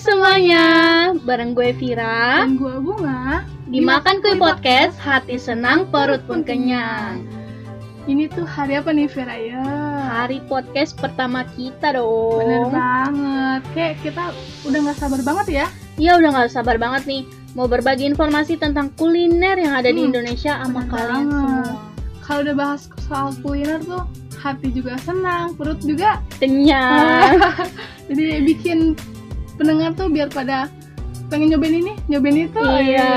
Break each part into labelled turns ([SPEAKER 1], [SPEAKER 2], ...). [SPEAKER 1] semuanya, bareng gue Vira
[SPEAKER 2] Dan gua bunga.
[SPEAKER 1] Dimakan Kue Podcast, hati senang, perut pun kenyang
[SPEAKER 2] Ini tuh hari apa nih Vera ya?
[SPEAKER 1] Hari podcast pertama kita dong
[SPEAKER 2] Bener banget. Kayak kita udah nggak sabar banget ya.
[SPEAKER 1] Ya udah gak sabar banget nih Mau berbagi informasi tentang kuliner yang ada di
[SPEAKER 2] Hmm,
[SPEAKER 1] Indonesia sama
[SPEAKER 2] bener
[SPEAKER 1] kalian
[SPEAKER 2] banget.
[SPEAKER 1] semua
[SPEAKER 2] Kalau udah bahas soal kuliner tuh hati juga senang, perut juga.
[SPEAKER 1] Kenyang
[SPEAKER 2] Jadi bikin pendengar tuh biar pada pengen nyobain ini, nyobain itu.
[SPEAKER 1] Iya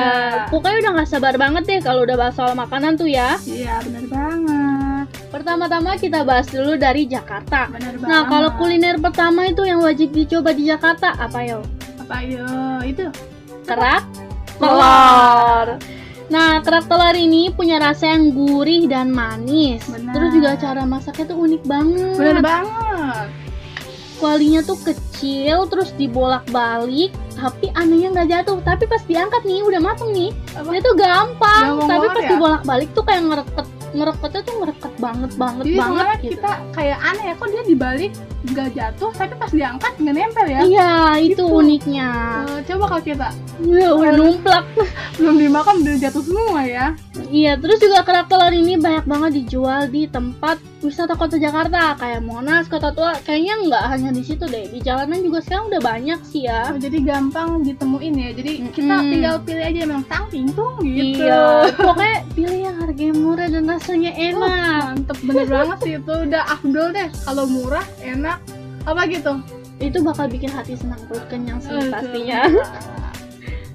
[SPEAKER 1] Pokoknya udah gak sabar banget deh kalau udah bahas soal makanan tuh ya
[SPEAKER 2] Iya, bener banget.
[SPEAKER 1] Pertama-tama kita bahas dulu dari Jakarta
[SPEAKER 2] Bener banget.
[SPEAKER 1] Nah kalau kuliner pertama itu yang wajib dicoba di Jakarta apa yo?
[SPEAKER 2] apa yo itu?
[SPEAKER 1] kerak telur. Nah, kerak telur ini punya rasa yang gurih dan manis.
[SPEAKER 2] Benar.
[SPEAKER 1] Terus juga cara masaknya tuh unik banget.
[SPEAKER 2] Bener banget.
[SPEAKER 1] Kualinya tuh kecil, terus dibolak-balik, tapi anehnya nggak jatuh. Tapi pas diangkat nih, udah mateng nih.
[SPEAKER 2] Apa?
[SPEAKER 1] Itu gampang,
[SPEAKER 2] Gampang
[SPEAKER 1] tapi
[SPEAKER 2] banget
[SPEAKER 1] pas
[SPEAKER 2] ya?
[SPEAKER 1] dibolak-balik tuh kayak ngereket ngereketnya tuh ngereket banget banget
[SPEAKER 2] Jadi
[SPEAKER 1] banget
[SPEAKER 2] sebenarnya
[SPEAKER 1] gitu.
[SPEAKER 2] Iya, kita kayak aneh ya, kok dia dibalik nggak jatuh, tapi pas diangkat nggak nempel ya?
[SPEAKER 1] Iya, itu
[SPEAKER 2] Gitu.
[SPEAKER 1] uniknya.
[SPEAKER 2] Eh, coba kalau kita
[SPEAKER 1] Ya, udah numplak.
[SPEAKER 2] belum dimakan udah jatuh semua ya.
[SPEAKER 1] Iya, terus juga kerak telur ini banyak banget dijual di tempat wisata kota Jakarta kayak Monas, Kota Tua. Kayaknya nggak hanya di situ deh, di jalanan juga sekarang udah banyak sih ya.
[SPEAKER 2] Oh, jadi gampang ditemuin ya. Jadi kita
[SPEAKER 1] Mm-mm.
[SPEAKER 2] tinggal pilih aja emang tang tingtung gitu.
[SPEAKER 1] Iya, pokoknya pilih yang harganya murah dan rasanya enak.
[SPEAKER 2] Mantep bener banget sih itu udah afdol deh kalau murah enak apa gitu.
[SPEAKER 1] Itu bakal bikin hati senang perut kenyang sih
[SPEAKER 2] Aduh.
[SPEAKER 1] pastinya.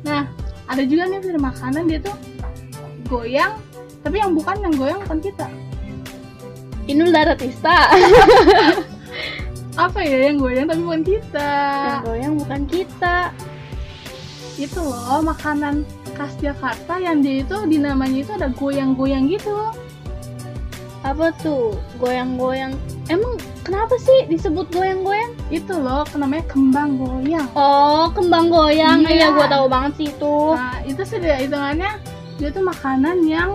[SPEAKER 2] Nah ada juga nih dari makanan dia tuh goyang tapi yang bukan yang goyang bukan kita
[SPEAKER 1] Inul Daratista.
[SPEAKER 2] Iya. apa ya yang goyang tapi bukan kita
[SPEAKER 1] Yang goyang bukan kita.
[SPEAKER 2] itu loh makanan khas Jakarta yang dia itu di namanya itu ada goyang-goyang gitu
[SPEAKER 1] Apa tuh? Goyang-goyang. Emang kenapa sih disebut goyang-goyang?
[SPEAKER 2] itu loh namanya kembang goyang
[SPEAKER 1] Oh, kembang goyang.
[SPEAKER 2] Iya.
[SPEAKER 1] Iya, gua tahu banget sih itu.
[SPEAKER 2] nah itu sih dia hitungannya dia tuh makanan yang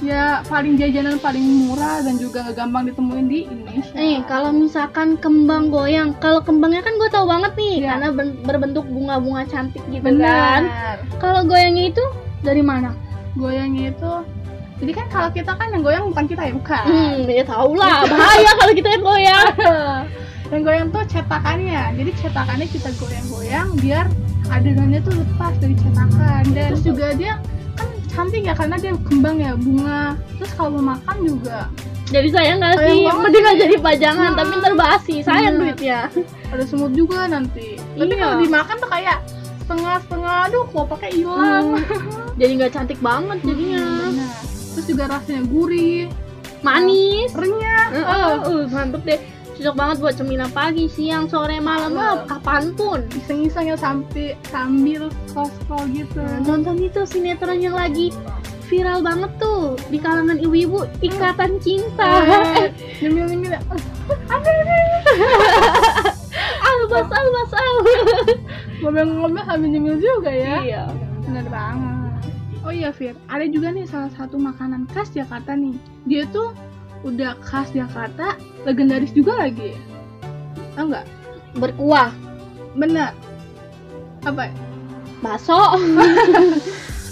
[SPEAKER 2] ya paling jajanan paling murah dan juga nggak gampang ditemuin di Indonesia
[SPEAKER 1] Nih, kalau misalkan kembang goyang, kalau kembangnya kan gue tahu banget nih,
[SPEAKER 2] Iya.
[SPEAKER 1] karena ben- berbentuk bunga-bunga cantik gitu kan.
[SPEAKER 2] benar
[SPEAKER 1] Kalau goyangnya itu dari mana?
[SPEAKER 2] goyangnya itu jadi kan kalau kita kan yang goyang bukan kita ya bukan
[SPEAKER 1] Hmm, ya tau lah, bahaya kalau kita yang goyang.
[SPEAKER 2] yang goyang tuh cetakannya jadi cetakannya kita goyang-goyang biar adonan tuh lepas dari cetakan dan terus juga dia kan cantik ya karena dia kembang ya bunga terus kalau mau makan juga
[SPEAKER 1] Jadi sayang nggak
[SPEAKER 2] Sayang
[SPEAKER 1] sih?
[SPEAKER 2] banget
[SPEAKER 1] Mending nggak
[SPEAKER 2] sih.
[SPEAKER 1] jadi pajangan,
[SPEAKER 2] Hmm.
[SPEAKER 1] tapi ntar basi, sayang
[SPEAKER 2] Bener.
[SPEAKER 1] duitnya.
[SPEAKER 2] ada semut juga nanti tapi
[SPEAKER 1] Iya.
[SPEAKER 2] kalau dimakan tuh kayak setengah-setengah aduh kelopaknya hilang
[SPEAKER 1] Hmm. Jadi nggak cantik banget jadinya.
[SPEAKER 2] Hmm, Benar. terus juga rasanya gurih
[SPEAKER 1] Manis.
[SPEAKER 2] renyah
[SPEAKER 1] Heeh, uh, mantep deh. Cocok banget buat cemilan pagi, siang, sore, malam,
[SPEAKER 2] Malam.
[SPEAKER 1] mah, kapanpun.
[SPEAKER 2] iseng-iseng ya sampai sambil scroll-scroll gitu
[SPEAKER 1] Nah, nonton itu sinetron yang lagi viral banget tuh di kalangan ibu-ibu ikatan cinta
[SPEAKER 2] Eh,
[SPEAKER 1] Eh,
[SPEAKER 2] nyemil-nyemil ya.
[SPEAKER 1] albas albas
[SPEAKER 2] ngomel-ngomel sambil nyemil juga ya
[SPEAKER 1] albas iya
[SPEAKER 2] Bener banget. Oh iya Fir, ada juga nih salah satu makanan khas Jakarta nih. Dia tuh udah khas Jakarta, legendaris juga lagi. Tahu nggak?
[SPEAKER 1] berkuah
[SPEAKER 2] Bener. Apa? ya?
[SPEAKER 1] bakso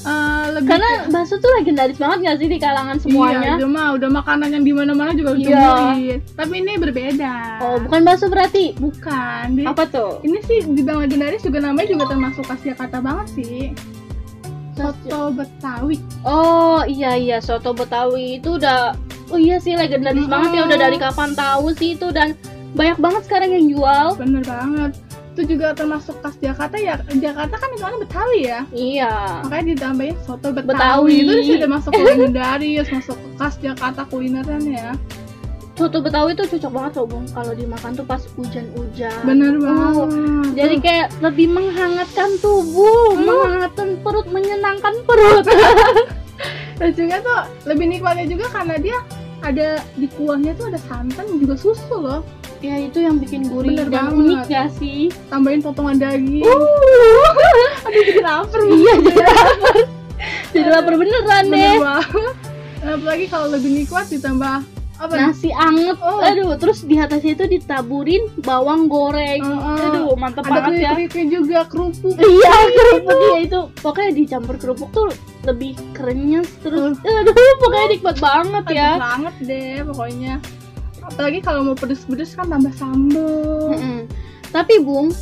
[SPEAKER 2] Eh, lebih
[SPEAKER 1] karena bakso tuh legendaris banget gak sih di kalangan
[SPEAKER 2] Iya,
[SPEAKER 1] semuanya
[SPEAKER 2] udah mah udah makanan yang di mana-mana juga
[SPEAKER 1] Iya.
[SPEAKER 2] ditemuin. Tapi ini berbeda.
[SPEAKER 1] oh bukan bakso berarti
[SPEAKER 2] bukan. Dia-
[SPEAKER 1] apa tuh
[SPEAKER 2] Ini sih dibilang legendaris juga namanya juga termasuk khas Jakarta banget sih. Soto Betawi.
[SPEAKER 1] oh iya iya soto betawi itu udah oh iya sih legendaris
[SPEAKER 2] Mm-mm.
[SPEAKER 1] banget ya udah dari kapan tahu sih itu dan banyak banget sekarang yang jual
[SPEAKER 2] Bener banget. Itu juga termasuk khas Jakarta ya. Jakarta kan itu Betawi ya.
[SPEAKER 1] iya
[SPEAKER 2] makanya ditambahin soto betawi,
[SPEAKER 1] Betawi.
[SPEAKER 2] itu dia sudah masuk ke legendaris masuk ke khas Jakarta kulineran ya
[SPEAKER 1] soto betawi tuh cocok banget loh Bung, kalau dimakan tuh pas hujan-hujan Oh,
[SPEAKER 2] bener banget
[SPEAKER 1] jadi kayak lebih menghangatkan tubuh
[SPEAKER 2] Hmm.
[SPEAKER 1] menghangatkan perut menyenangkan perut
[SPEAKER 2] dan juga tuh lebih nikmatnya juga karena dia ada di kuahnya tuh ada santan juga susu loh
[SPEAKER 1] ya itu yang bikin gurih
[SPEAKER 2] Bener
[SPEAKER 1] dan
[SPEAKER 2] banget.
[SPEAKER 1] unik gak sih
[SPEAKER 2] tambahin potongan daging
[SPEAKER 1] uh,
[SPEAKER 2] aduh jadi lapar
[SPEAKER 1] iya jadi lapar jadi lapar beneran deh
[SPEAKER 2] bener banget Dan apalagi kalau lebih nikmat ditambah apa
[SPEAKER 1] nasi anget
[SPEAKER 2] Oh.
[SPEAKER 1] aduh terus di atasnya itu ditaburin bawang goreng
[SPEAKER 2] Heeh.
[SPEAKER 1] aduh mantep
[SPEAKER 2] ada
[SPEAKER 1] banget ya
[SPEAKER 2] keripiknya juga kerupuk
[SPEAKER 1] Oh. iya kerupuk dia itu pokoknya dicampur kerupuk tuh lebih kerennya terus aduh pokoknya nikmat banget
[SPEAKER 2] Aduh,
[SPEAKER 1] ya
[SPEAKER 2] banget deh pokoknya apalagi kalau mau pedes-pedes kan tambah sambel
[SPEAKER 1] Mm-mm. tapi bung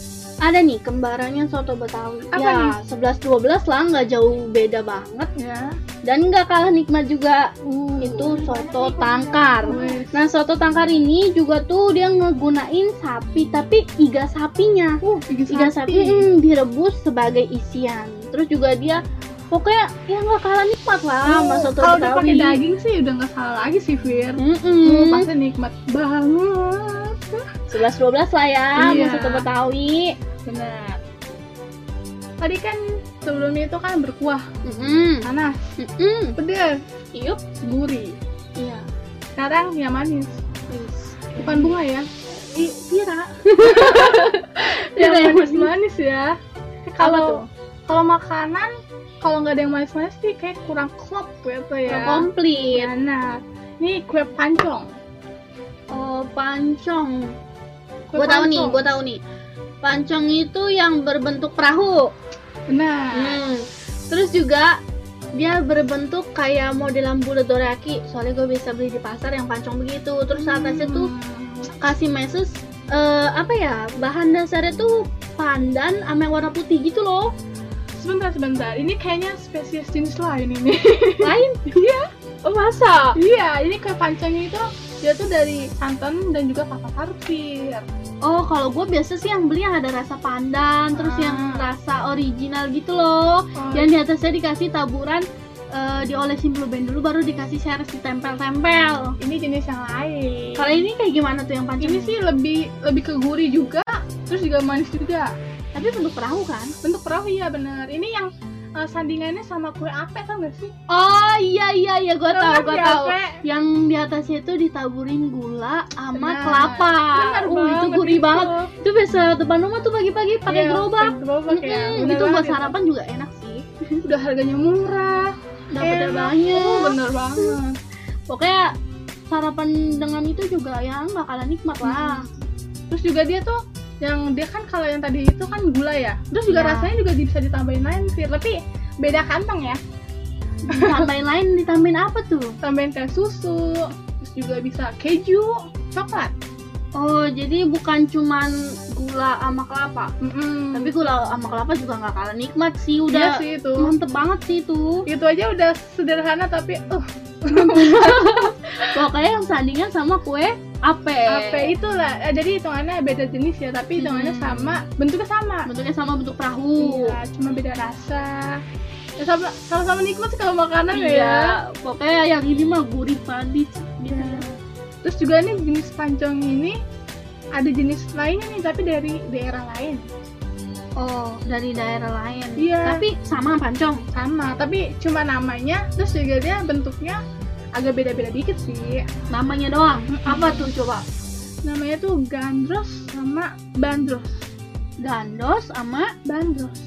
[SPEAKER 1] ada nih kembarannya soto betawi
[SPEAKER 2] Apa
[SPEAKER 1] ya 11-12 lah nggak jauh beda banget
[SPEAKER 2] ya
[SPEAKER 1] dan nggak kalah nikmat juga
[SPEAKER 2] Uh,
[SPEAKER 1] itu soto tangkar
[SPEAKER 2] Wes.
[SPEAKER 1] nah soto tangkar ini juga tuh dia ngegunain sapi tapi iga sapinya
[SPEAKER 2] uh gigi
[SPEAKER 1] iga sapi mm, direbus sebagai isian terus juga dia pokoknya ya nggak kalah nikmat lah Ah, sama
[SPEAKER 2] Oh,
[SPEAKER 1] soto
[SPEAKER 2] kalau udah
[SPEAKER 1] betawi
[SPEAKER 2] pakai daging sih udah nggak salah lagi sih Fir Uh,
[SPEAKER 1] Mm-mm.
[SPEAKER 2] pasti nikmat banget
[SPEAKER 1] 11-12 lah ya sama
[SPEAKER 2] Iya.
[SPEAKER 1] soto betawi
[SPEAKER 2] benar tadi kan sebelumnya itu kan berkuah
[SPEAKER 1] Mm-mm.
[SPEAKER 2] panas
[SPEAKER 1] Mm-mm.
[SPEAKER 2] pedes
[SPEAKER 1] Iup.
[SPEAKER 2] gurih
[SPEAKER 1] iya
[SPEAKER 2] sekarang yang manis bukan bunga ya
[SPEAKER 1] I- Pira
[SPEAKER 2] yang
[SPEAKER 1] Yang
[SPEAKER 2] manis manis ya
[SPEAKER 1] kalau
[SPEAKER 2] kalau kalau makanan kalau nggak ada yang manis manis sih kayak kurang klop gitu ya
[SPEAKER 1] komplit
[SPEAKER 2] nah ini kue pancong
[SPEAKER 1] oh pancong
[SPEAKER 2] kue
[SPEAKER 1] gue tahu nih
[SPEAKER 2] pancong.
[SPEAKER 1] gue tahu nih pancong itu yang berbentuk perahu
[SPEAKER 2] nah
[SPEAKER 1] Hmm. Terus juga dia berbentuk kayak modelan bulat doraki. Soalnya gue bisa beli di pasar yang pancong begitu. Terus
[SPEAKER 2] Hmm.
[SPEAKER 1] atasnya tuh kasih meses eh, apa ya? Bahan dasarnya tuh pandan sama yang warna putih gitu loh.
[SPEAKER 2] sebentar sebentar ini kayaknya spesies jenis lain ini
[SPEAKER 1] Lain?
[SPEAKER 2] Iya.
[SPEAKER 1] Oh, masa?
[SPEAKER 2] iya ini kue pancongnya itu dia tuh dari santan dan juga kelapa parfir
[SPEAKER 1] Oh, kalau gue biasa sih yang beli yang ada rasa pandan, terus
[SPEAKER 2] Ah.
[SPEAKER 1] yang rasa original gitu loh. Yang di atasnya dikasih taburan eh, diolesin blue band dulu baru dikasih seres ditempel-tempel.
[SPEAKER 2] ini jenis yang lain
[SPEAKER 1] Kalau ini kayak gimana tuh yang pancong?
[SPEAKER 2] ini sih lebih lebih ke gurih juga terus juga manis juga
[SPEAKER 1] tapi bentuk perahu kan?
[SPEAKER 2] bentuk perahu ya bener ini yang uh, sandingannya sama kue ape tau gak sih
[SPEAKER 1] Oh iya iya iya gue
[SPEAKER 2] Tau
[SPEAKER 1] tahu
[SPEAKER 2] kan
[SPEAKER 1] gue
[SPEAKER 2] si
[SPEAKER 1] tahu.
[SPEAKER 2] Ape?
[SPEAKER 1] Yang di atasnya itu ditaburin gula sama
[SPEAKER 2] Nah,
[SPEAKER 1] kelapa.
[SPEAKER 2] bener
[SPEAKER 1] Uh, itu
[SPEAKER 2] banget
[SPEAKER 1] gurih
[SPEAKER 2] itu.
[SPEAKER 1] banget. Itu biasa depan rumah tuh pagi-pagi pakai
[SPEAKER 2] Iya,
[SPEAKER 1] gerobak.
[SPEAKER 2] pakai gerobak ya
[SPEAKER 1] Mm-mm,
[SPEAKER 2] bener
[SPEAKER 1] itu buat
[SPEAKER 2] banget
[SPEAKER 1] sarapan juga enak sih.
[SPEAKER 2] udah harganya murah
[SPEAKER 1] Dapat
[SPEAKER 2] enak.
[SPEAKER 1] banyak.
[SPEAKER 2] Oh, bener banget
[SPEAKER 1] Pokoknya sarapan dengan itu juga ya nggak kalah nikmat lah.
[SPEAKER 2] Hmm. terus juga dia tuh yang dia kan kalau yang tadi itu kan gula ya terus juga
[SPEAKER 1] Iya.
[SPEAKER 2] rasanya juga bisa ditambahin lain sih tapi beda kantong ya
[SPEAKER 1] Ditambahin lain ditambahin apa tuh?
[SPEAKER 2] tambahin kayak susu terus juga bisa keju coklat
[SPEAKER 1] Oh jadi bukan cuman gula sama kelapa.
[SPEAKER 2] Mm-mm.
[SPEAKER 1] Tapi gula sama kelapa juga nggak kalah nikmat sih.
[SPEAKER 2] Hmm.
[SPEAKER 1] Udah
[SPEAKER 2] iya sih itu
[SPEAKER 1] mantep banget sih itu.
[SPEAKER 2] itu aja udah sederhana tapi uh
[SPEAKER 1] Pokoknya yang sandingan sama kue ape.
[SPEAKER 2] apa itulah eh, jadi hitungannya beda jenis ya tapi hitungannya
[SPEAKER 1] Hmm.
[SPEAKER 2] sama bentuknya sama
[SPEAKER 1] Bentuknya sama bentuk perahu.
[SPEAKER 2] Iya, cuma beda rasa ya, sama sama sama nikmat sih kalau makanan
[SPEAKER 1] Iya,
[SPEAKER 2] ya Iya.
[SPEAKER 1] Pokoknya yang ini mah gurih manis. Gitu.
[SPEAKER 2] terus juga nih jenis pancong ini ada jenis lainnya nih tapi dari daerah lain
[SPEAKER 1] Oh, dari daerah lain.
[SPEAKER 2] Iya.
[SPEAKER 1] Tapi sama pancong.
[SPEAKER 2] sama tapi cuma namanya terus juga dia bentuknya agak beda-beda dikit sih
[SPEAKER 1] Namanya doang.
[SPEAKER 2] Hmm.
[SPEAKER 1] Apa tuh coba?
[SPEAKER 2] namanya tuh gandros sama bandros
[SPEAKER 1] Gandos sama
[SPEAKER 2] bandros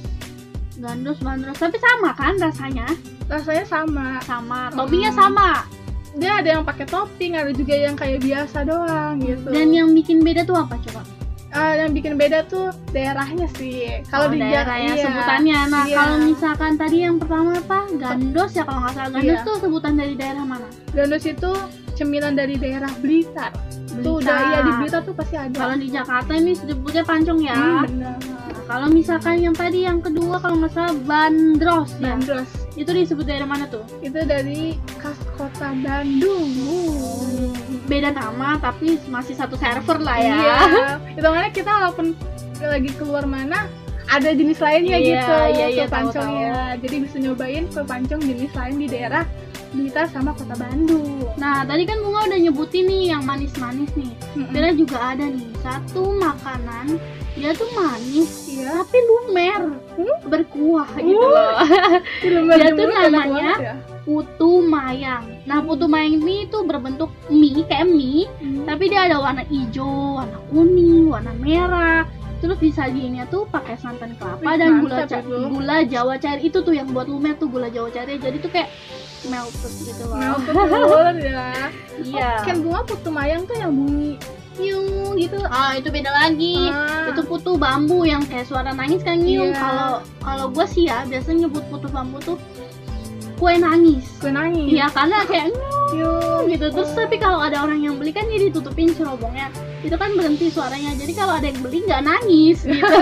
[SPEAKER 1] gandos bandros. Tapi sama kan rasanya?
[SPEAKER 2] rasanya sama
[SPEAKER 1] Sama.
[SPEAKER 2] Hmm.
[SPEAKER 1] Toppingnya sama.
[SPEAKER 2] dia ada yang pakai topping ada juga yang kayak biasa doang gitu
[SPEAKER 1] Dan yang bikin beda tuh apa coba?
[SPEAKER 2] Ah, yang bikin beda tuh daerahnya sih.
[SPEAKER 1] Oh,
[SPEAKER 2] Kalau di
[SPEAKER 1] daerah
[SPEAKER 2] Jak-
[SPEAKER 1] ya
[SPEAKER 2] iya.
[SPEAKER 1] sebutannya. Nah,
[SPEAKER 2] Iya.
[SPEAKER 1] kalau misalkan tadi yang pertama apa? Gandos ya kalau nggak salah. Gandos
[SPEAKER 2] Iya.
[SPEAKER 1] tuh sebutan dari daerah mana?
[SPEAKER 2] Gandus itu cemilan dari daerah Blitar. Tuh udah
[SPEAKER 1] Blitar.
[SPEAKER 2] iya di Blitar tuh pasti ada.
[SPEAKER 1] Kalau di Jakarta ini sebutnya pancong ya.
[SPEAKER 2] Hmm, bener.
[SPEAKER 1] Nah, kalau misalkan yang tadi yang kedua kalau nggak salah bandros ya.
[SPEAKER 2] Bandros
[SPEAKER 1] Itu disebut dari mana tuh?
[SPEAKER 2] itu dari khas kota Bandung. Uh.
[SPEAKER 1] Beda nama tapi masih satu server lah ya.
[SPEAKER 2] Iya. Itu makanya kita walaupun lagi keluar mana ada jenis lainnya
[SPEAKER 1] Iya,
[SPEAKER 2] gitu
[SPEAKER 1] iya, iya, tahu,
[SPEAKER 2] kue pancongnya. Jadi bisa nyobain kue pancong jenis lain di daerah Blitar sama kota Bandung.
[SPEAKER 1] Nah, tadi kan Bunga udah nyebutin nih yang manis-manis nih.
[SPEAKER 2] Mm-mm.
[SPEAKER 1] Beda juga ada nih satu makanan dia tuh manis
[SPEAKER 2] Iya. Hmm?
[SPEAKER 1] tapi lumer berkuah gitu
[SPEAKER 2] Uh.
[SPEAKER 1] loh
[SPEAKER 2] Film Bandung
[SPEAKER 1] tuh
[SPEAKER 2] dulu enak
[SPEAKER 1] namanya-
[SPEAKER 2] banget ya.
[SPEAKER 1] putu mayang nah putu mayang ini tuh berbentuk mie kayak mie tapi dia ada warna hijau, warna kuning, warna merah. Terus disajiinnya tuh pakai santan kelapa
[SPEAKER 2] Wih,
[SPEAKER 1] dan gula
[SPEAKER 2] mantap
[SPEAKER 1] ca-
[SPEAKER 2] itu.
[SPEAKER 1] gula jawa cair itu tuh yang buat lumer tuh gula jawa cair. Jadi tuh kayak melted gitu loh
[SPEAKER 2] melted roller ya
[SPEAKER 1] iya
[SPEAKER 2] oh, kan bunga putu mayang tuh yang bunyi piung gitu
[SPEAKER 1] ah itu beda lagi
[SPEAKER 2] Ah.
[SPEAKER 1] itu putu bambu yang kayak suara nangis kan nyium
[SPEAKER 2] Iya.
[SPEAKER 1] kalau kalau gue sih ya biasanya nyebut putu bambu tuh kue nangis
[SPEAKER 2] gue nangis Oh.
[SPEAKER 1] Iya karena kayak
[SPEAKER 2] piung
[SPEAKER 1] gitu terus tapi kalau ada orang yang beli kan dia ditutupin cerobongnya itu kan berhenti suaranya jadi kalau ada yang beli nggak nangis gitu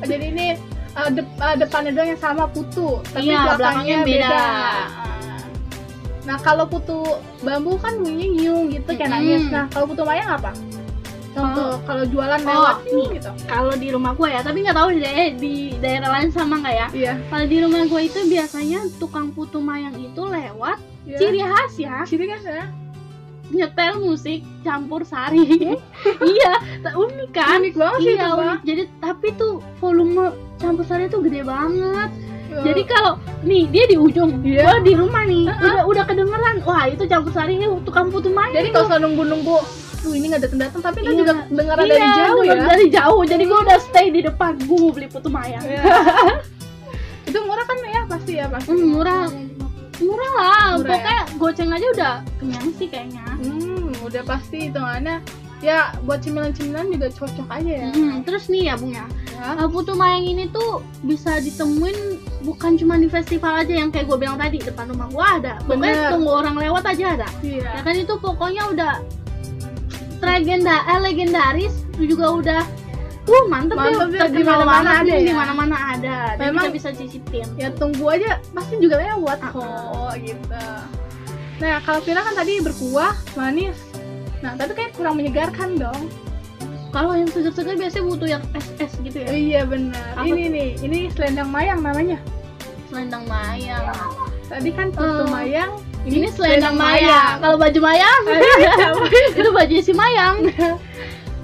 [SPEAKER 2] jadi ini uh, dep- uh, depannya doang yang sama putu tapi
[SPEAKER 1] Iya,
[SPEAKER 2] belakangnya,
[SPEAKER 1] belakangnya beda.
[SPEAKER 2] beda, Ah. nah kalau putu bambu kan bunyinya nyiung gitu kayak
[SPEAKER 1] Mm-mm.
[SPEAKER 2] nangis nah kalau putu mayang apa contoh kalau jualan lewat
[SPEAKER 1] Oh,
[SPEAKER 2] "Piung," gitu
[SPEAKER 1] kalau di rumah gue ya tapi nggak tahu di daerah, di daerah lain sama nggak ya
[SPEAKER 2] iya
[SPEAKER 1] kalau di rumah gue itu biasanya tukang putu mayang itu lewat
[SPEAKER 2] iya.
[SPEAKER 1] ciri khas ya
[SPEAKER 2] ciri kan ya
[SPEAKER 1] nyetel musik campur sari iya tak unik kan
[SPEAKER 2] unik banget sih
[SPEAKER 1] iya
[SPEAKER 2] itu Bang.
[SPEAKER 1] unik jadi tapi tuh volume campur sari itu gede banget
[SPEAKER 2] Iya.
[SPEAKER 1] jadi kalau nih dia di ujung
[SPEAKER 2] Iya.
[SPEAKER 1] gua di rumah nih
[SPEAKER 2] Heeh.
[SPEAKER 1] udah udah kedengeran wah itu campur sari ini tukang putu main
[SPEAKER 2] jadi
[SPEAKER 1] tuh.
[SPEAKER 2] nggak usah nunggu-nunggu tuh ini nggak datang datang tapi itu
[SPEAKER 1] Iya.
[SPEAKER 2] juga dengar
[SPEAKER 1] Iya,
[SPEAKER 2] dari jauh ya
[SPEAKER 1] bener, dari jauh jadi gua udah stay di depan gua mau beli putu mayang
[SPEAKER 2] Iya. itu murah kan ya pasti ya pasti
[SPEAKER 1] Hmm, murah murah lah
[SPEAKER 2] Murah ya?
[SPEAKER 1] pokoknya goceng aja udah kenyang sih kayaknya
[SPEAKER 2] hmm udah pasti hitungannya ya buat cemilan-cemilan juga cocok aja ya,
[SPEAKER 1] Hmm, terus nih ya bunga
[SPEAKER 2] ya.
[SPEAKER 1] Uh, Putu Mayang ini tuh bisa ditemuin bukan cuma di festival aja yang kayak gue bilang tadi depan rumah gue ada
[SPEAKER 2] Bener.
[SPEAKER 1] pokoknya tunggu orang lewat aja ada
[SPEAKER 2] Iya.
[SPEAKER 1] ya kan itu pokoknya udah legenda eh, legendaris juga udah uh mantep,
[SPEAKER 2] Mantep ya,
[SPEAKER 1] ya
[SPEAKER 2] di mana-mana ada ya.
[SPEAKER 1] di mana mana ada dan
[SPEAKER 2] Memang-
[SPEAKER 1] kita bisa cicipin
[SPEAKER 2] ya tunggu aja pasti juga lewat
[SPEAKER 1] Ah.
[SPEAKER 2] kok gitu nah kalau Vira kan tadi berkuah manis nah tapi kayak kurang menyegarkan dong
[SPEAKER 1] kalau yang seger-seger biasanya butuh yang es es gitu ya
[SPEAKER 2] iya benar
[SPEAKER 1] Apa
[SPEAKER 2] ini
[SPEAKER 1] tuh?
[SPEAKER 2] nih ini selendang mayang namanya
[SPEAKER 1] selendang mayang
[SPEAKER 2] tadi kan putu
[SPEAKER 1] Eh,
[SPEAKER 2] mayang
[SPEAKER 1] ini selendang mayang kalau baju mayang itu baju si mayang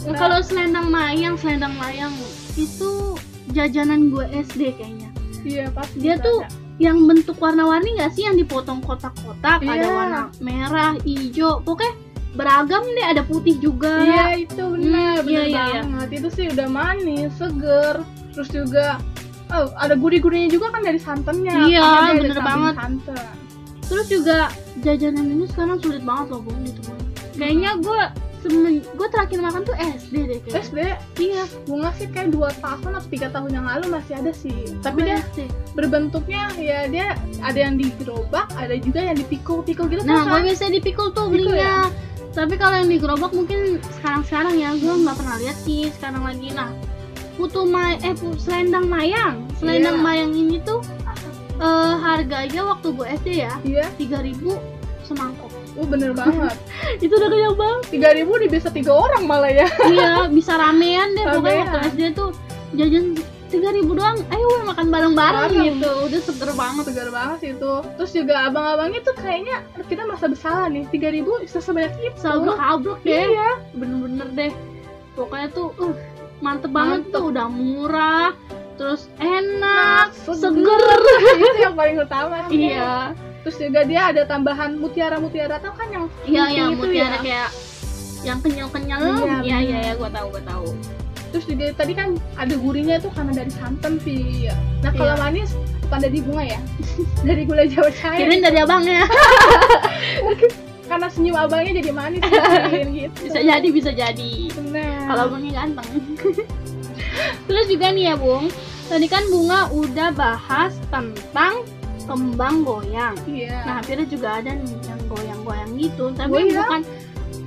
[SPEAKER 1] Nah, kalau selendang mayang selendang mayang itu jajanan gue SD kayaknya
[SPEAKER 2] iya pasti
[SPEAKER 1] Dia
[SPEAKER 2] itu
[SPEAKER 1] tuh yang bentuk warna-warni nggak sih yang dipotong kotak-kotak ada
[SPEAKER 2] Iya.
[SPEAKER 1] warna merah hijau pokoknya beragam deh ada putih juga
[SPEAKER 2] ada. iya itu
[SPEAKER 1] Hmm,
[SPEAKER 2] benar benar
[SPEAKER 1] iya, iya, iya.
[SPEAKER 2] banget itu sih udah manis seger terus juga oh, ada gurih-gurihnya juga kan dari santannya
[SPEAKER 1] Iya,
[SPEAKER 2] Karena dia ada
[SPEAKER 1] bener
[SPEAKER 2] samping
[SPEAKER 1] banget.
[SPEAKER 2] santan
[SPEAKER 1] terus juga jajanan ini sekarang sulit banget loh bung ditemuin kayaknya
[SPEAKER 2] Hmm.
[SPEAKER 1] gue semen gue terakhir makan tuh SD deh kayaknya
[SPEAKER 2] SD iya bunga sih kayak dua tahun atau tiga tahun yang lalu masih ada sih
[SPEAKER 1] Gua
[SPEAKER 2] tapi dia
[SPEAKER 1] SD.
[SPEAKER 2] berbentuknya ya dia ada yang di gerobak ada juga yang dipikul-pikul gitu
[SPEAKER 1] nah gue
[SPEAKER 2] kan
[SPEAKER 1] biasanya dipikul tuh
[SPEAKER 2] Pikul ya?
[SPEAKER 1] belinya tapi kalau yang di gerobak mungkin sekarang-sekarang ya gue nggak pernah lihat sih sekarang lagi nah putu may eh pu- selendang mayang selendang
[SPEAKER 2] Iya.
[SPEAKER 1] mayang ini tuh eh, harganya waktu gue SD ya
[SPEAKER 2] iya
[SPEAKER 1] 3000 semangkok
[SPEAKER 2] oh bener banget
[SPEAKER 1] itu udah kenyang banget
[SPEAKER 2] tiga ribu udah bisa tiga orang malah ya
[SPEAKER 1] iya bisa ramean deh pokoknya waktu
[SPEAKER 2] Ramean.
[SPEAKER 1] SD tuh jajan 3000 doang ayo we makan bareng-bareng
[SPEAKER 2] Bareng.
[SPEAKER 1] gitu udah seger banget
[SPEAKER 2] segar banget sih itu terus juga abang-abangnya tuh kayaknya kita merasa bersalah nih tiga ribu sebanyak itu
[SPEAKER 1] selalu kabruk deh
[SPEAKER 2] iya
[SPEAKER 1] bener-bener deh pokoknya tuh uh, mantep banget
[SPEAKER 2] Mantep.
[SPEAKER 1] tuh udah murah terus enak
[SPEAKER 2] seger.
[SPEAKER 1] seger
[SPEAKER 2] itu yang paling utama sih
[SPEAKER 1] iya
[SPEAKER 2] terus juga dia ada tambahan mutiara-mutiara tuh kan yang
[SPEAKER 1] iya iya
[SPEAKER 2] putih itu
[SPEAKER 1] mutiara kayak yang kenyal-kenyal
[SPEAKER 2] ya. Iya,
[SPEAKER 1] iya iya
[SPEAKER 2] bener.
[SPEAKER 1] ya gua tahu gua tahu
[SPEAKER 2] terus juga tadi kan ada gurihnya tuh karena dari santan Vi nah kalau
[SPEAKER 1] Iya.
[SPEAKER 2] manis bukan dari bunga ya dari gula jawa cair
[SPEAKER 1] kirain dari abangnya
[SPEAKER 2] karena senyum abangnya jadi manis mungkin, gitu
[SPEAKER 1] bisa jadi bisa jadi
[SPEAKER 2] Bener.
[SPEAKER 1] kalau abangnya ganteng terus juga nih ya bung tadi kan bunga udah bahas tentang kembang goyang
[SPEAKER 2] iya
[SPEAKER 1] Nah, hampirnya juga ada nih yang goyang-goyang gitu, tapi
[SPEAKER 2] Goyang?
[SPEAKER 1] bukan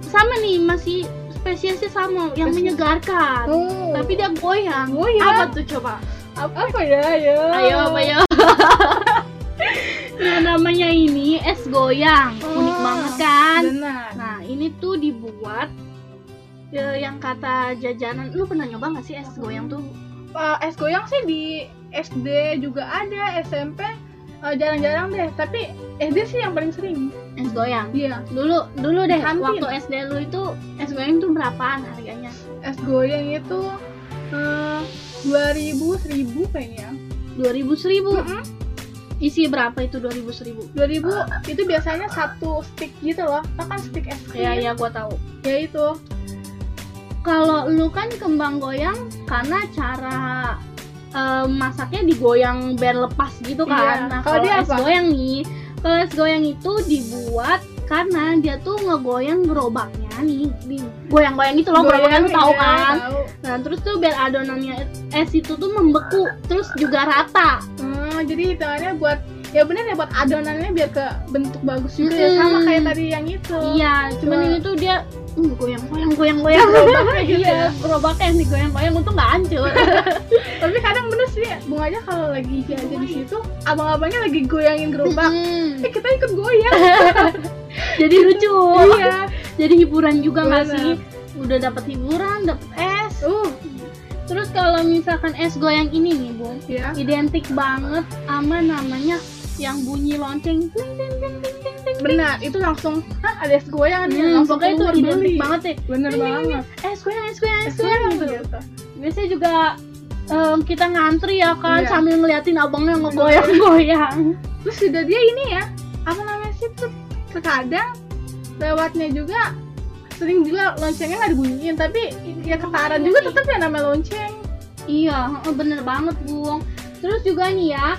[SPEAKER 1] sama nih masih spesiesnya sama yang
[SPEAKER 2] Spesies.
[SPEAKER 1] menyegarkan.
[SPEAKER 2] Oh.
[SPEAKER 1] Tapi dia goyang.
[SPEAKER 2] Goyang.
[SPEAKER 1] Apa tuh coba?
[SPEAKER 2] Ap- Oh, iya. apa ya ya
[SPEAKER 1] Ayo, apa ya? Nah, namanya ini es goyang. Unik
[SPEAKER 2] Oh,
[SPEAKER 1] banget kan?
[SPEAKER 2] benar
[SPEAKER 1] Nah, ini tuh dibuat ya, yang kata jajanan. Lu pernah nyoba gak sih es goyang tuh?
[SPEAKER 2] Eh, es goyang sih di SD juga ada SMP eh, jarang-jarang deh tapi SD sih yang paling sering
[SPEAKER 1] Es goyang.
[SPEAKER 2] iya
[SPEAKER 1] Dulu dulu deh
[SPEAKER 2] Kantin.
[SPEAKER 1] waktu SD lu itu es goyang tuh berapaan harganya?
[SPEAKER 2] es goyang itu eh, dua ribu seribu kayaknya
[SPEAKER 1] 2000 seribu.
[SPEAKER 2] Mm-mm.
[SPEAKER 1] Isi berapa itu 2000 seribu?
[SPEAKER 2] 2000 itu biasanya satu stick gitu loh Tau kan stick es krim
[SPEAKER 1] Iya, iya gua tahu.
[SPEAKER 2] ya itu
[SPEAKER 1] Kalau lu kan kembang goyang karena cara eh, masaknya digoyang biar lepas gitu kan.
[SPEAKER 2] Iya.
[SPEAKER 1] Nah,
[SPEAKER 2] Kalau
[SPEAKER 1] kalau
[SPEAKER 2] dia
[SPEAKER 1] es
[SPEAKER 2] apa?
[SPEAKER 1] goyang nih Kelas goyang itu dibuat karena dia tuh ngegoyang gerobaknya nih di goyang-goyang itu loh gerobaknya
[SPEAKER 2] Goyang,
[SPEAKER 1] tuh tahu
[SPEAKER 2] iya,
[SPEAKER 1] kan
[SPEAKER 2] tahu.
[SPEAKER 1] nah terus tuh biar adonannya es itu tuh membeku terus juga rata
[SPEAKER 2] Hmm, jadi hitungannya buat ya bener ya buat adonannya biar ke bentuk bagus juga ya sama
[SPEAKER 1] Hmm.
[SPEAKER 2] kayak tadi yang itu
[SPEAKER 1] iya cuman
[SPEAKER 2] Cuma-
[SPEAKER 1] ini tuh dia hmm, goyang goyang goyang goyang
[SPEAKER 2] Gerobaknya gitu
[SPEAKER 1] iya gerobaknya yang digoyang goyang untung nggak hancur
[SPEAKER 2] tapi kadang bener sih bunganya kalau lagi jajan di situ abang-abangnya lagi goyangin gerobak
[SPEAKER 1] Hmm,
[SPEAKER 2] eh kita ikut goyang
[SPEAKER 1] jadi lucu
[SPEAKER 2] iya
[SPEAKER 1] jadi hiburan juga nggak
[SPEAKER 2] Bener.
[SPEAKER 1] sih udah dapat hiburan dapat es
[SPEAKER 2] uh
[SPEAKER 1] terus kalau misalkan es goyang ini nih bung
[SPEAKER 2] ya
[SPEAKER 1] identik banget sama namanya yang bunyi lonceng Ting, ting, ting, ting, ting, ting.
[SPEAKER 2] benar itu langsung Hah, ada es goyang nih
[SPEAKER 1] Hmm,
[SPEAKER 2] langsung
[SPEAKER 1] pokoknya itu
[SPEAKER 2] keluar
[SPEAKER 1] identik
[SPEAKER 2] beli.
[SPEAKER 1] banget deh
[SPEAKER 2] bener
[SPEAKER 1] Ting, ting,
[SPEAKER 2] banget
[SPEAKER 1] ting. es goyang es goyang es
[SPEAKER 2] es
[SPEAKER 1] goyang
[SPEAKER 2] goyang
[SPEAKER 1] gitu.
[SPEAKER 2] gitu
[SPEAKER 1] biasanya juga em, kita ngantri ya kan
[SPEAKER 2] Iya.
[SPEAKER 1] sambil ngeliatin abangnya ngegoyang-goyang
[SPEAKER 2] terus juga dia ini ya apa namanya sih tuh terkadang lewatnya juga sering juga loncengnya nggak dibunyiin tapi ya ketaran juga tetap ya nama lonceng
[SPEAKER 1] iya heeh, bener banget bung terus juga nih ya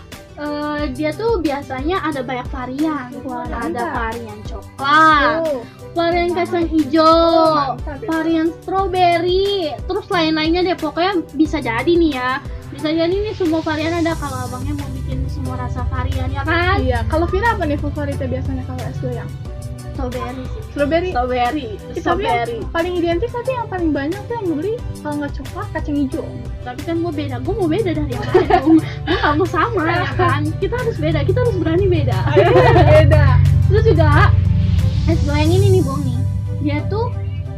[SPEAKER 1] eh, dia tuh biasanya ada banyak varian
[SPEAKER 2] Wah,
[SPEAKER 1] ada
[SPEAKER 2] mantap.
[SPEAKER 1] varian coklat
[SPEAKER 2] oh,
[SPEAKER 1] varian kacang hijau
[SPEAKER 2] mantap ya. itu.
[SPEAKER 1] varian strawberry terus lain-lainnya deh pokoknya bisa jadi nih ya bisa jadi nih semua varian ada kalau abangnya mau bikin semua rasa varian ya kan
[SPEAKER 2] iya kalau Vira apa nih favoritnya biasanya kalau es goyang
[SPEAKER 1] strawberry sih
[SPEAKER 2] strawberry
[SPEAKER 1] strawberry
[SPEAKER 2] Eh, tapi yang paling identik tapi yang paling banyak tuh yang beli kalau nggak coklat kacang hijau
[SPEAKER 1] tapi kan gue beda gue mau beda dari yang lain dong. gue gak mau sama ya kan kita harus beda kita harus berani beda
[SPEAKER 2] Iya, beda
[SPEAKER 1] terus juga es goyang ini nih bong nih dia tuh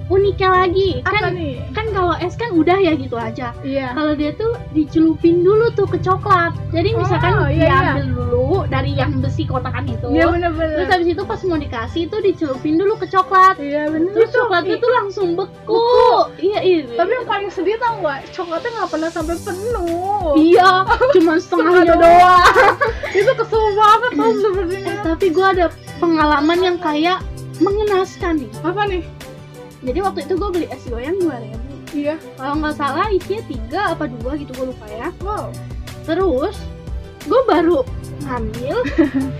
[SPEAKER 1] uniknya lagi
[SPEAKER 2] apa
[SPEAKER 1] kan
[SPEAKER 2] nih
[SPEAKER 1] kan kalau es kan udah ya gitu aja
[SPEAKER 2] iya
[SPEAKER 1] kalau dia tuh dicelupin dulu tuh ke coklat jadi
[SPEAKER 2] Oh,
[SPEAKER 1] misalkan
[SPEAKER 2] iya,
[SPEAKER 1] dia
[SPEAKER 2] iya.
[SPEAKER 1] ambil dulu dari yang besi kotakan itu
[SPEAKER 2] iya bener-bener
[SPEAKER 1] terus habis itu pas mau dikasih itu dicelupin dulu ke coklat
[SPEAKER 2] iya bener
[SPEAKER 1] terus
[SPEAKER 2] itu.
[SPEAKER 1] coklatnya tuh langsung beku, iya iya
[SPEAKER 2] tapi yang paling sedih tau gak coklatnya nggak pernah sampai penuh
[SPEAKER 1] iya cuman setengahnya doang
[SPEAKER 2] itu kesel banget tau
[SPEAKER 1] eh,
[SPEAKER 2] sebenarnya
[SPEAKER 1] tapi gue ada pengalaman yang kayak mengenaskan nih
[SPEAKER 2] apa nih
[SPEAKER 1] jadi waktu itu gue beli es goyang 2000
[SPEAKER 2] iya
[SPEAKER 1] kalau nggak salah isinya tiga apa dua gitu gue lupa ya
[SPEAKER 2] wow
[SPEAKER 1] terus gue baru ngambil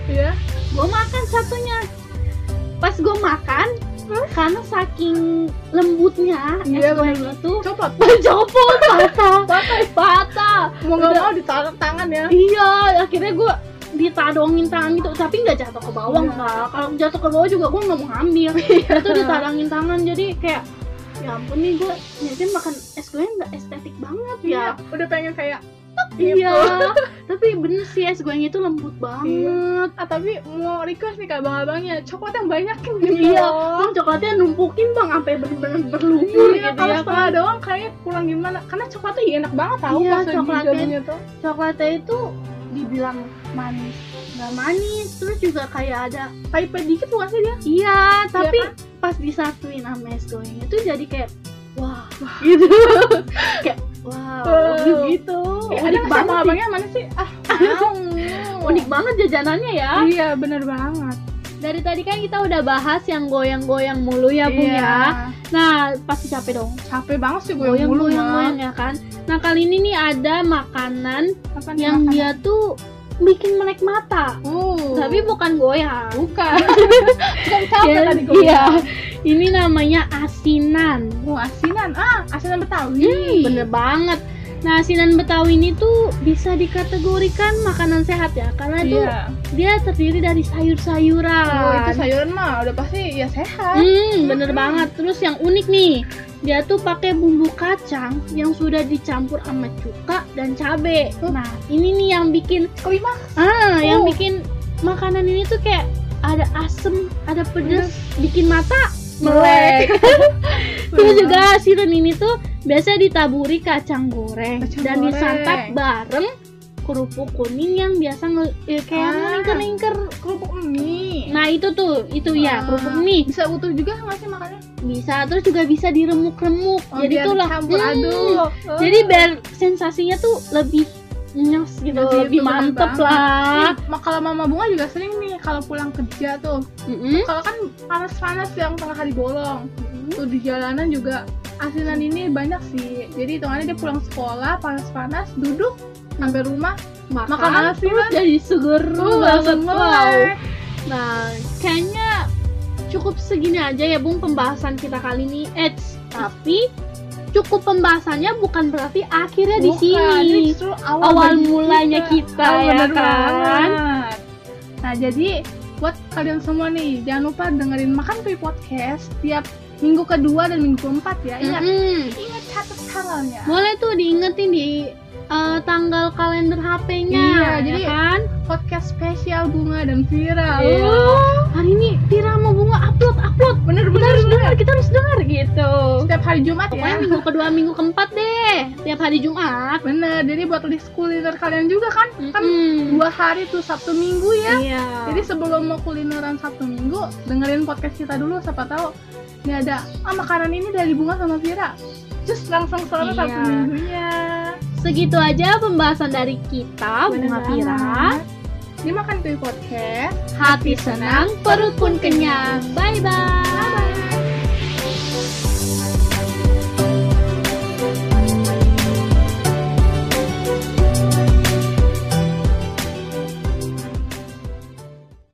[SPEAKER 2] iya
[SPEAKER 1] gue makan satunya pas gue makan karena saking lembutnya es
[SPEAKER 2] Iya,
[SPEAKER 1] goyang
[SPEAKER 2] bener-bener.
[SPEAKER 1] itu
[SPEAKER 2] coklat
[SPEAKER 1] berjopot patah patah
[SPEAKER 2] mau nggak
[SPEAKER 1] Udah.
[SPEAKER 2] mau ditaruh tangan ya
[SPEAKER 1] iya akhirnya gue ditadongin tangan gitu tapi nggak jatuh ke bawah
[SPEAKER 2] Iya.
[SPEAKER 1] nggak kalau jatuh ke bawah juga gue nggak mau ngambil itu ditadongin tangan jadi kayak ya ampun nih gue nyetin makan es goyang nggak estetik banget ya
[SPEAKER 2] iya udah pengen kayak gitu.
[SPEAKER 1] iya tapi bener sih es goyang itu lembut banget
[SPEAKER 2] ah tapi mau request nih ke abang-abangnya coklat yang banyak gitu
[SPEAKER 1] Iya, bang coklatnya numpukin bang sampai bener-bener berlumur
[SPEAKER 2] Iya,
[SPEAKER 1] gitu
[SPEAKER 2] kalau
[SPEAKER 1] ya
[SPEAKER 2] setengah
[SPEAKER 1] kan.
[SPEAKER 2] doang kayaknya kurang gimana Karena coklatnya iya enak banget tau gitu.
[SPEAKER 1] Iya,
[SPEAKER 2] pas lagi
[SPEAKER 1] coklatnya.
[SPEAKER 2] jadinya tuh
[SPEAKER 1] Coklatnya itu dibilang manis, nggak manis, terus juga kayak ada
[SPEAKER 2] Pahit-pahit dikit bukan sih dia?
[SPEAKER 1] iya, tapi
[SPEAKER 2] kan?
[SPEAKER 1] pas disatuin sama es goyang itu jadi kayak wah, gitu. kayak wow,
[SPEAKER 2] Wow.
[SPEAKER 1] gitu.
[SPEAKER 2] Eh, ada
[SPEAKER 1] unik banget sih.
[SPEAKER 2] nggak sih abang-abangnya mana sih? Ah, mau.
[SPEAKER 1] Unik banget jajanannya ya.
[SPEAKER 2] Iya, bener banget
[SPEAKER 1] Dari tadi kan kita udah bahas yang goyang-goyang mulu ya, Bung
[SPEAKER 2] Iya.
[SPEAKER 1] ya. Nah, pasti capek dong.
[SPEAKER 2] Capek banget sih gue
[SPEAKER 1] Goyang,
[SPEAKER 2] mulu
[SPEAKER 1] goyang,
[SPEAKER 2] Mak.
[SPEAKER 1] goyang ya kan. Nah, kali ini nih ada makanan
[SPEAKER 2] Apa nih
[SPEAKER 1] yang
[SPEAKER 2] makan?
[SPEAKER 1] dia tuh bikin melek mata
[SPEAKER 2] Uh.
[SPEAKER 1] tapi bukan goyang
[SPEAKER 2] bukan Bukan capek
[SPEAKER 1] Ya,
[SPEAKER 2] tadi gue
[SPEAKER 1] iya ini namanya asinan
[SPEAKER 2] Oh, asinan Ah, asinan Betawi
[SPEAKER 1] Hmm, bener banget nah asinan betawi ini tuh bisa dikategorikan makanan sehat ya karena itu
[SPEAKER 2] Iya
[SPEAKER 1] dia terdiri dari sayur-sayuran
[SPEAKER 2] Oh, itu sayuran mah udah pasti ya sehat
[SPEAKER 1] Hmm, bener
[SPEAKER 2] Mm-mm.
[SPEAKER 1] banget. Terus yang unik nih, dia tuh pakai bumbu kacang yang sudah dicampur sama cuka dan cabe.
[SPEAKER 2] Huh?
[SPEAKER 1] Nah, ini nih yang bikin
[SPEAKER 2] Kelima
[SPEAKER 1] ah, yang
[SPEAKER 2] Oh.
[SPEAKER 1] bikin makanan ini tuh kayak ada asem, ada pedes, bikin mata melek. Terus
[SPEAKER 2] Ah.
[SPEAKER 1] juga sirun ini tuh biasa ditaburi kacang goreng
[SPEAKER 2] Kacang
[SPEAKER 1] dan
[SPEAKER 2] goreng.
[SPEAKER 1] disantap bareng kerupuk kuning yang biasa nge- eh, kayak
[SPEAKER 2] Ah.
[SPEAKER 1] melingkar-lingkar.
[SPEAKER 2] kerupuk mie
[SPEAKER 1] Nah, itu tuh, itu ya,
[SPEAKER 2] Ah,
[SPEAKER 1] kerupuk mie.
[SPEAKER 2] bisa utuh juga nggak sih makannya
[SPEAKER 1] bisa terus juga bisa diremuk-remuk
[SPEAKER 2] Oh,
[SPEAKER 1] jadi
[SPEAKER 2] biar
[SPEAKER 1] tuh lang-
[SPEAKER 2] campur
[SPEAKER 1] Hmm.
[SPEAKER 2] aduk Oh.
[SPEAKER 1] jadi biar sensasinya tuh lebih nyos gitu
[SPEAKER 2] Jadi
[SPEAKER 1] lebih
[SPEAKER 2] itu bener
[SPEAKER 1] mantep
[SPEAKER 2] banget.
[SPEAKER 1] lah
[SPEAKER 2] Ih, mak- kalau mama bunga juga sering nih kalau pulang kerja tuh
[SPEAKER 1] Mm-mm.
[SPEAKER 2] kalau kan panas-panas yang tengah hari bolong tuh di jalanan juga asinan ini banyak sih jadi hitungannya dia pulang sekolah panas-panas duduk sampai rumah
[SPEAKER 1] makan,
[SPEAKER 2] Makan
[SPEAKER 1] terus
[SPEAKER 2] asinan.
[SPEAKER 1] jadi seger
[SPEAKER 2] tuh
[SPEAKER 1] banget
[SPEAKER 2] langsung
[SPEAKER 1] wow
[SPEAKER 2] melek
[SPEAKER 1] Oh, Nah, kayaknya cukup segini aja ya Bung pembahasan kita kali ini. Eits, tapi cukup pembahasannya bukan berarti akhirnya di
[SPEAKER 2] Bukan, ini
[SPEAKER 1] sini.
[SPEAKER 2] justru
[SPEAKER 1] Awal
[SPEAKER 2] dari
[SPEAKER 1] mulanya kita,
[SPEAKER 2] Awal
[SPEAKER 1] ya
[SPEAKER 2] bener
[SPEAKER 1] kan?
[SPEAKER 2] banget. Nah, jadi buat kalian semua nih, jangan lupa dengerin Makan Free Podcast tiap minggu kedua dan minggu keempat ya. Ingat,
[SPEAKER 1] Mm-mm.
[SPEAKER 2] ingat catat tanggalnya.
[SPEAKER 1] Boleh tuh diingetin di eh, tanggal kalender HP-nya.
[SPEAKER 2] Iya,
[SPEAKER 1] ya
[SPEAKER 2] jadi-
[SPEAKER 1] kan?
[SPEAKER 2] Podcast spesial Bunga dan Vira.
[SPEAKER 1] Iya.
[SPEAKER 2] Uh,
[SPEAKER 1] Hari ini Tira mau bunga upload upload. Kita
[SPEAKER 2] bener bener Iya.
[SPEAKER 1] harus
[SPEAKER 2] bener.
[SPEAKER 1] dengar, kita harus dengar gitu.
[SPEAKER 2] Setiap hari Jumat
[SPEAKER 1] Pokoknya
[SPEAKER 2] ya.
[SPEAKER 1] minggu kedua, minggu keempat deh. Tiap hari Jumat.
[SPEAKER 2] Bener, jadi buat list kuliner kalian juga kan, kan
[SPEAKER 1] Mm-mm.
[SPEAKER 2] dua hari tuh Sabtu Minggu ya.
[SPEAKER 1] Iya.
[SPEAKER 2] Jadi sebelum mau kulineran Sabtu Minggu, dengerin podcast kita dulu siapa tahu ini ada ah makanan ini dari bunga sama Vira. Just langsung selamat
[SPEAKER 1] Iya.
[SPEAKER 2] Sabtu Minggunya.
[SPEAKER 1] segitu aja pembahasan dari kita, Oh, Bunga Pira.
[SPEAKER 2] Ini makan kue podcast.
[SPEAKER 1] Hati senang, perut pun kenyang. Bye-bye.
[SPEAKER 2] Bye.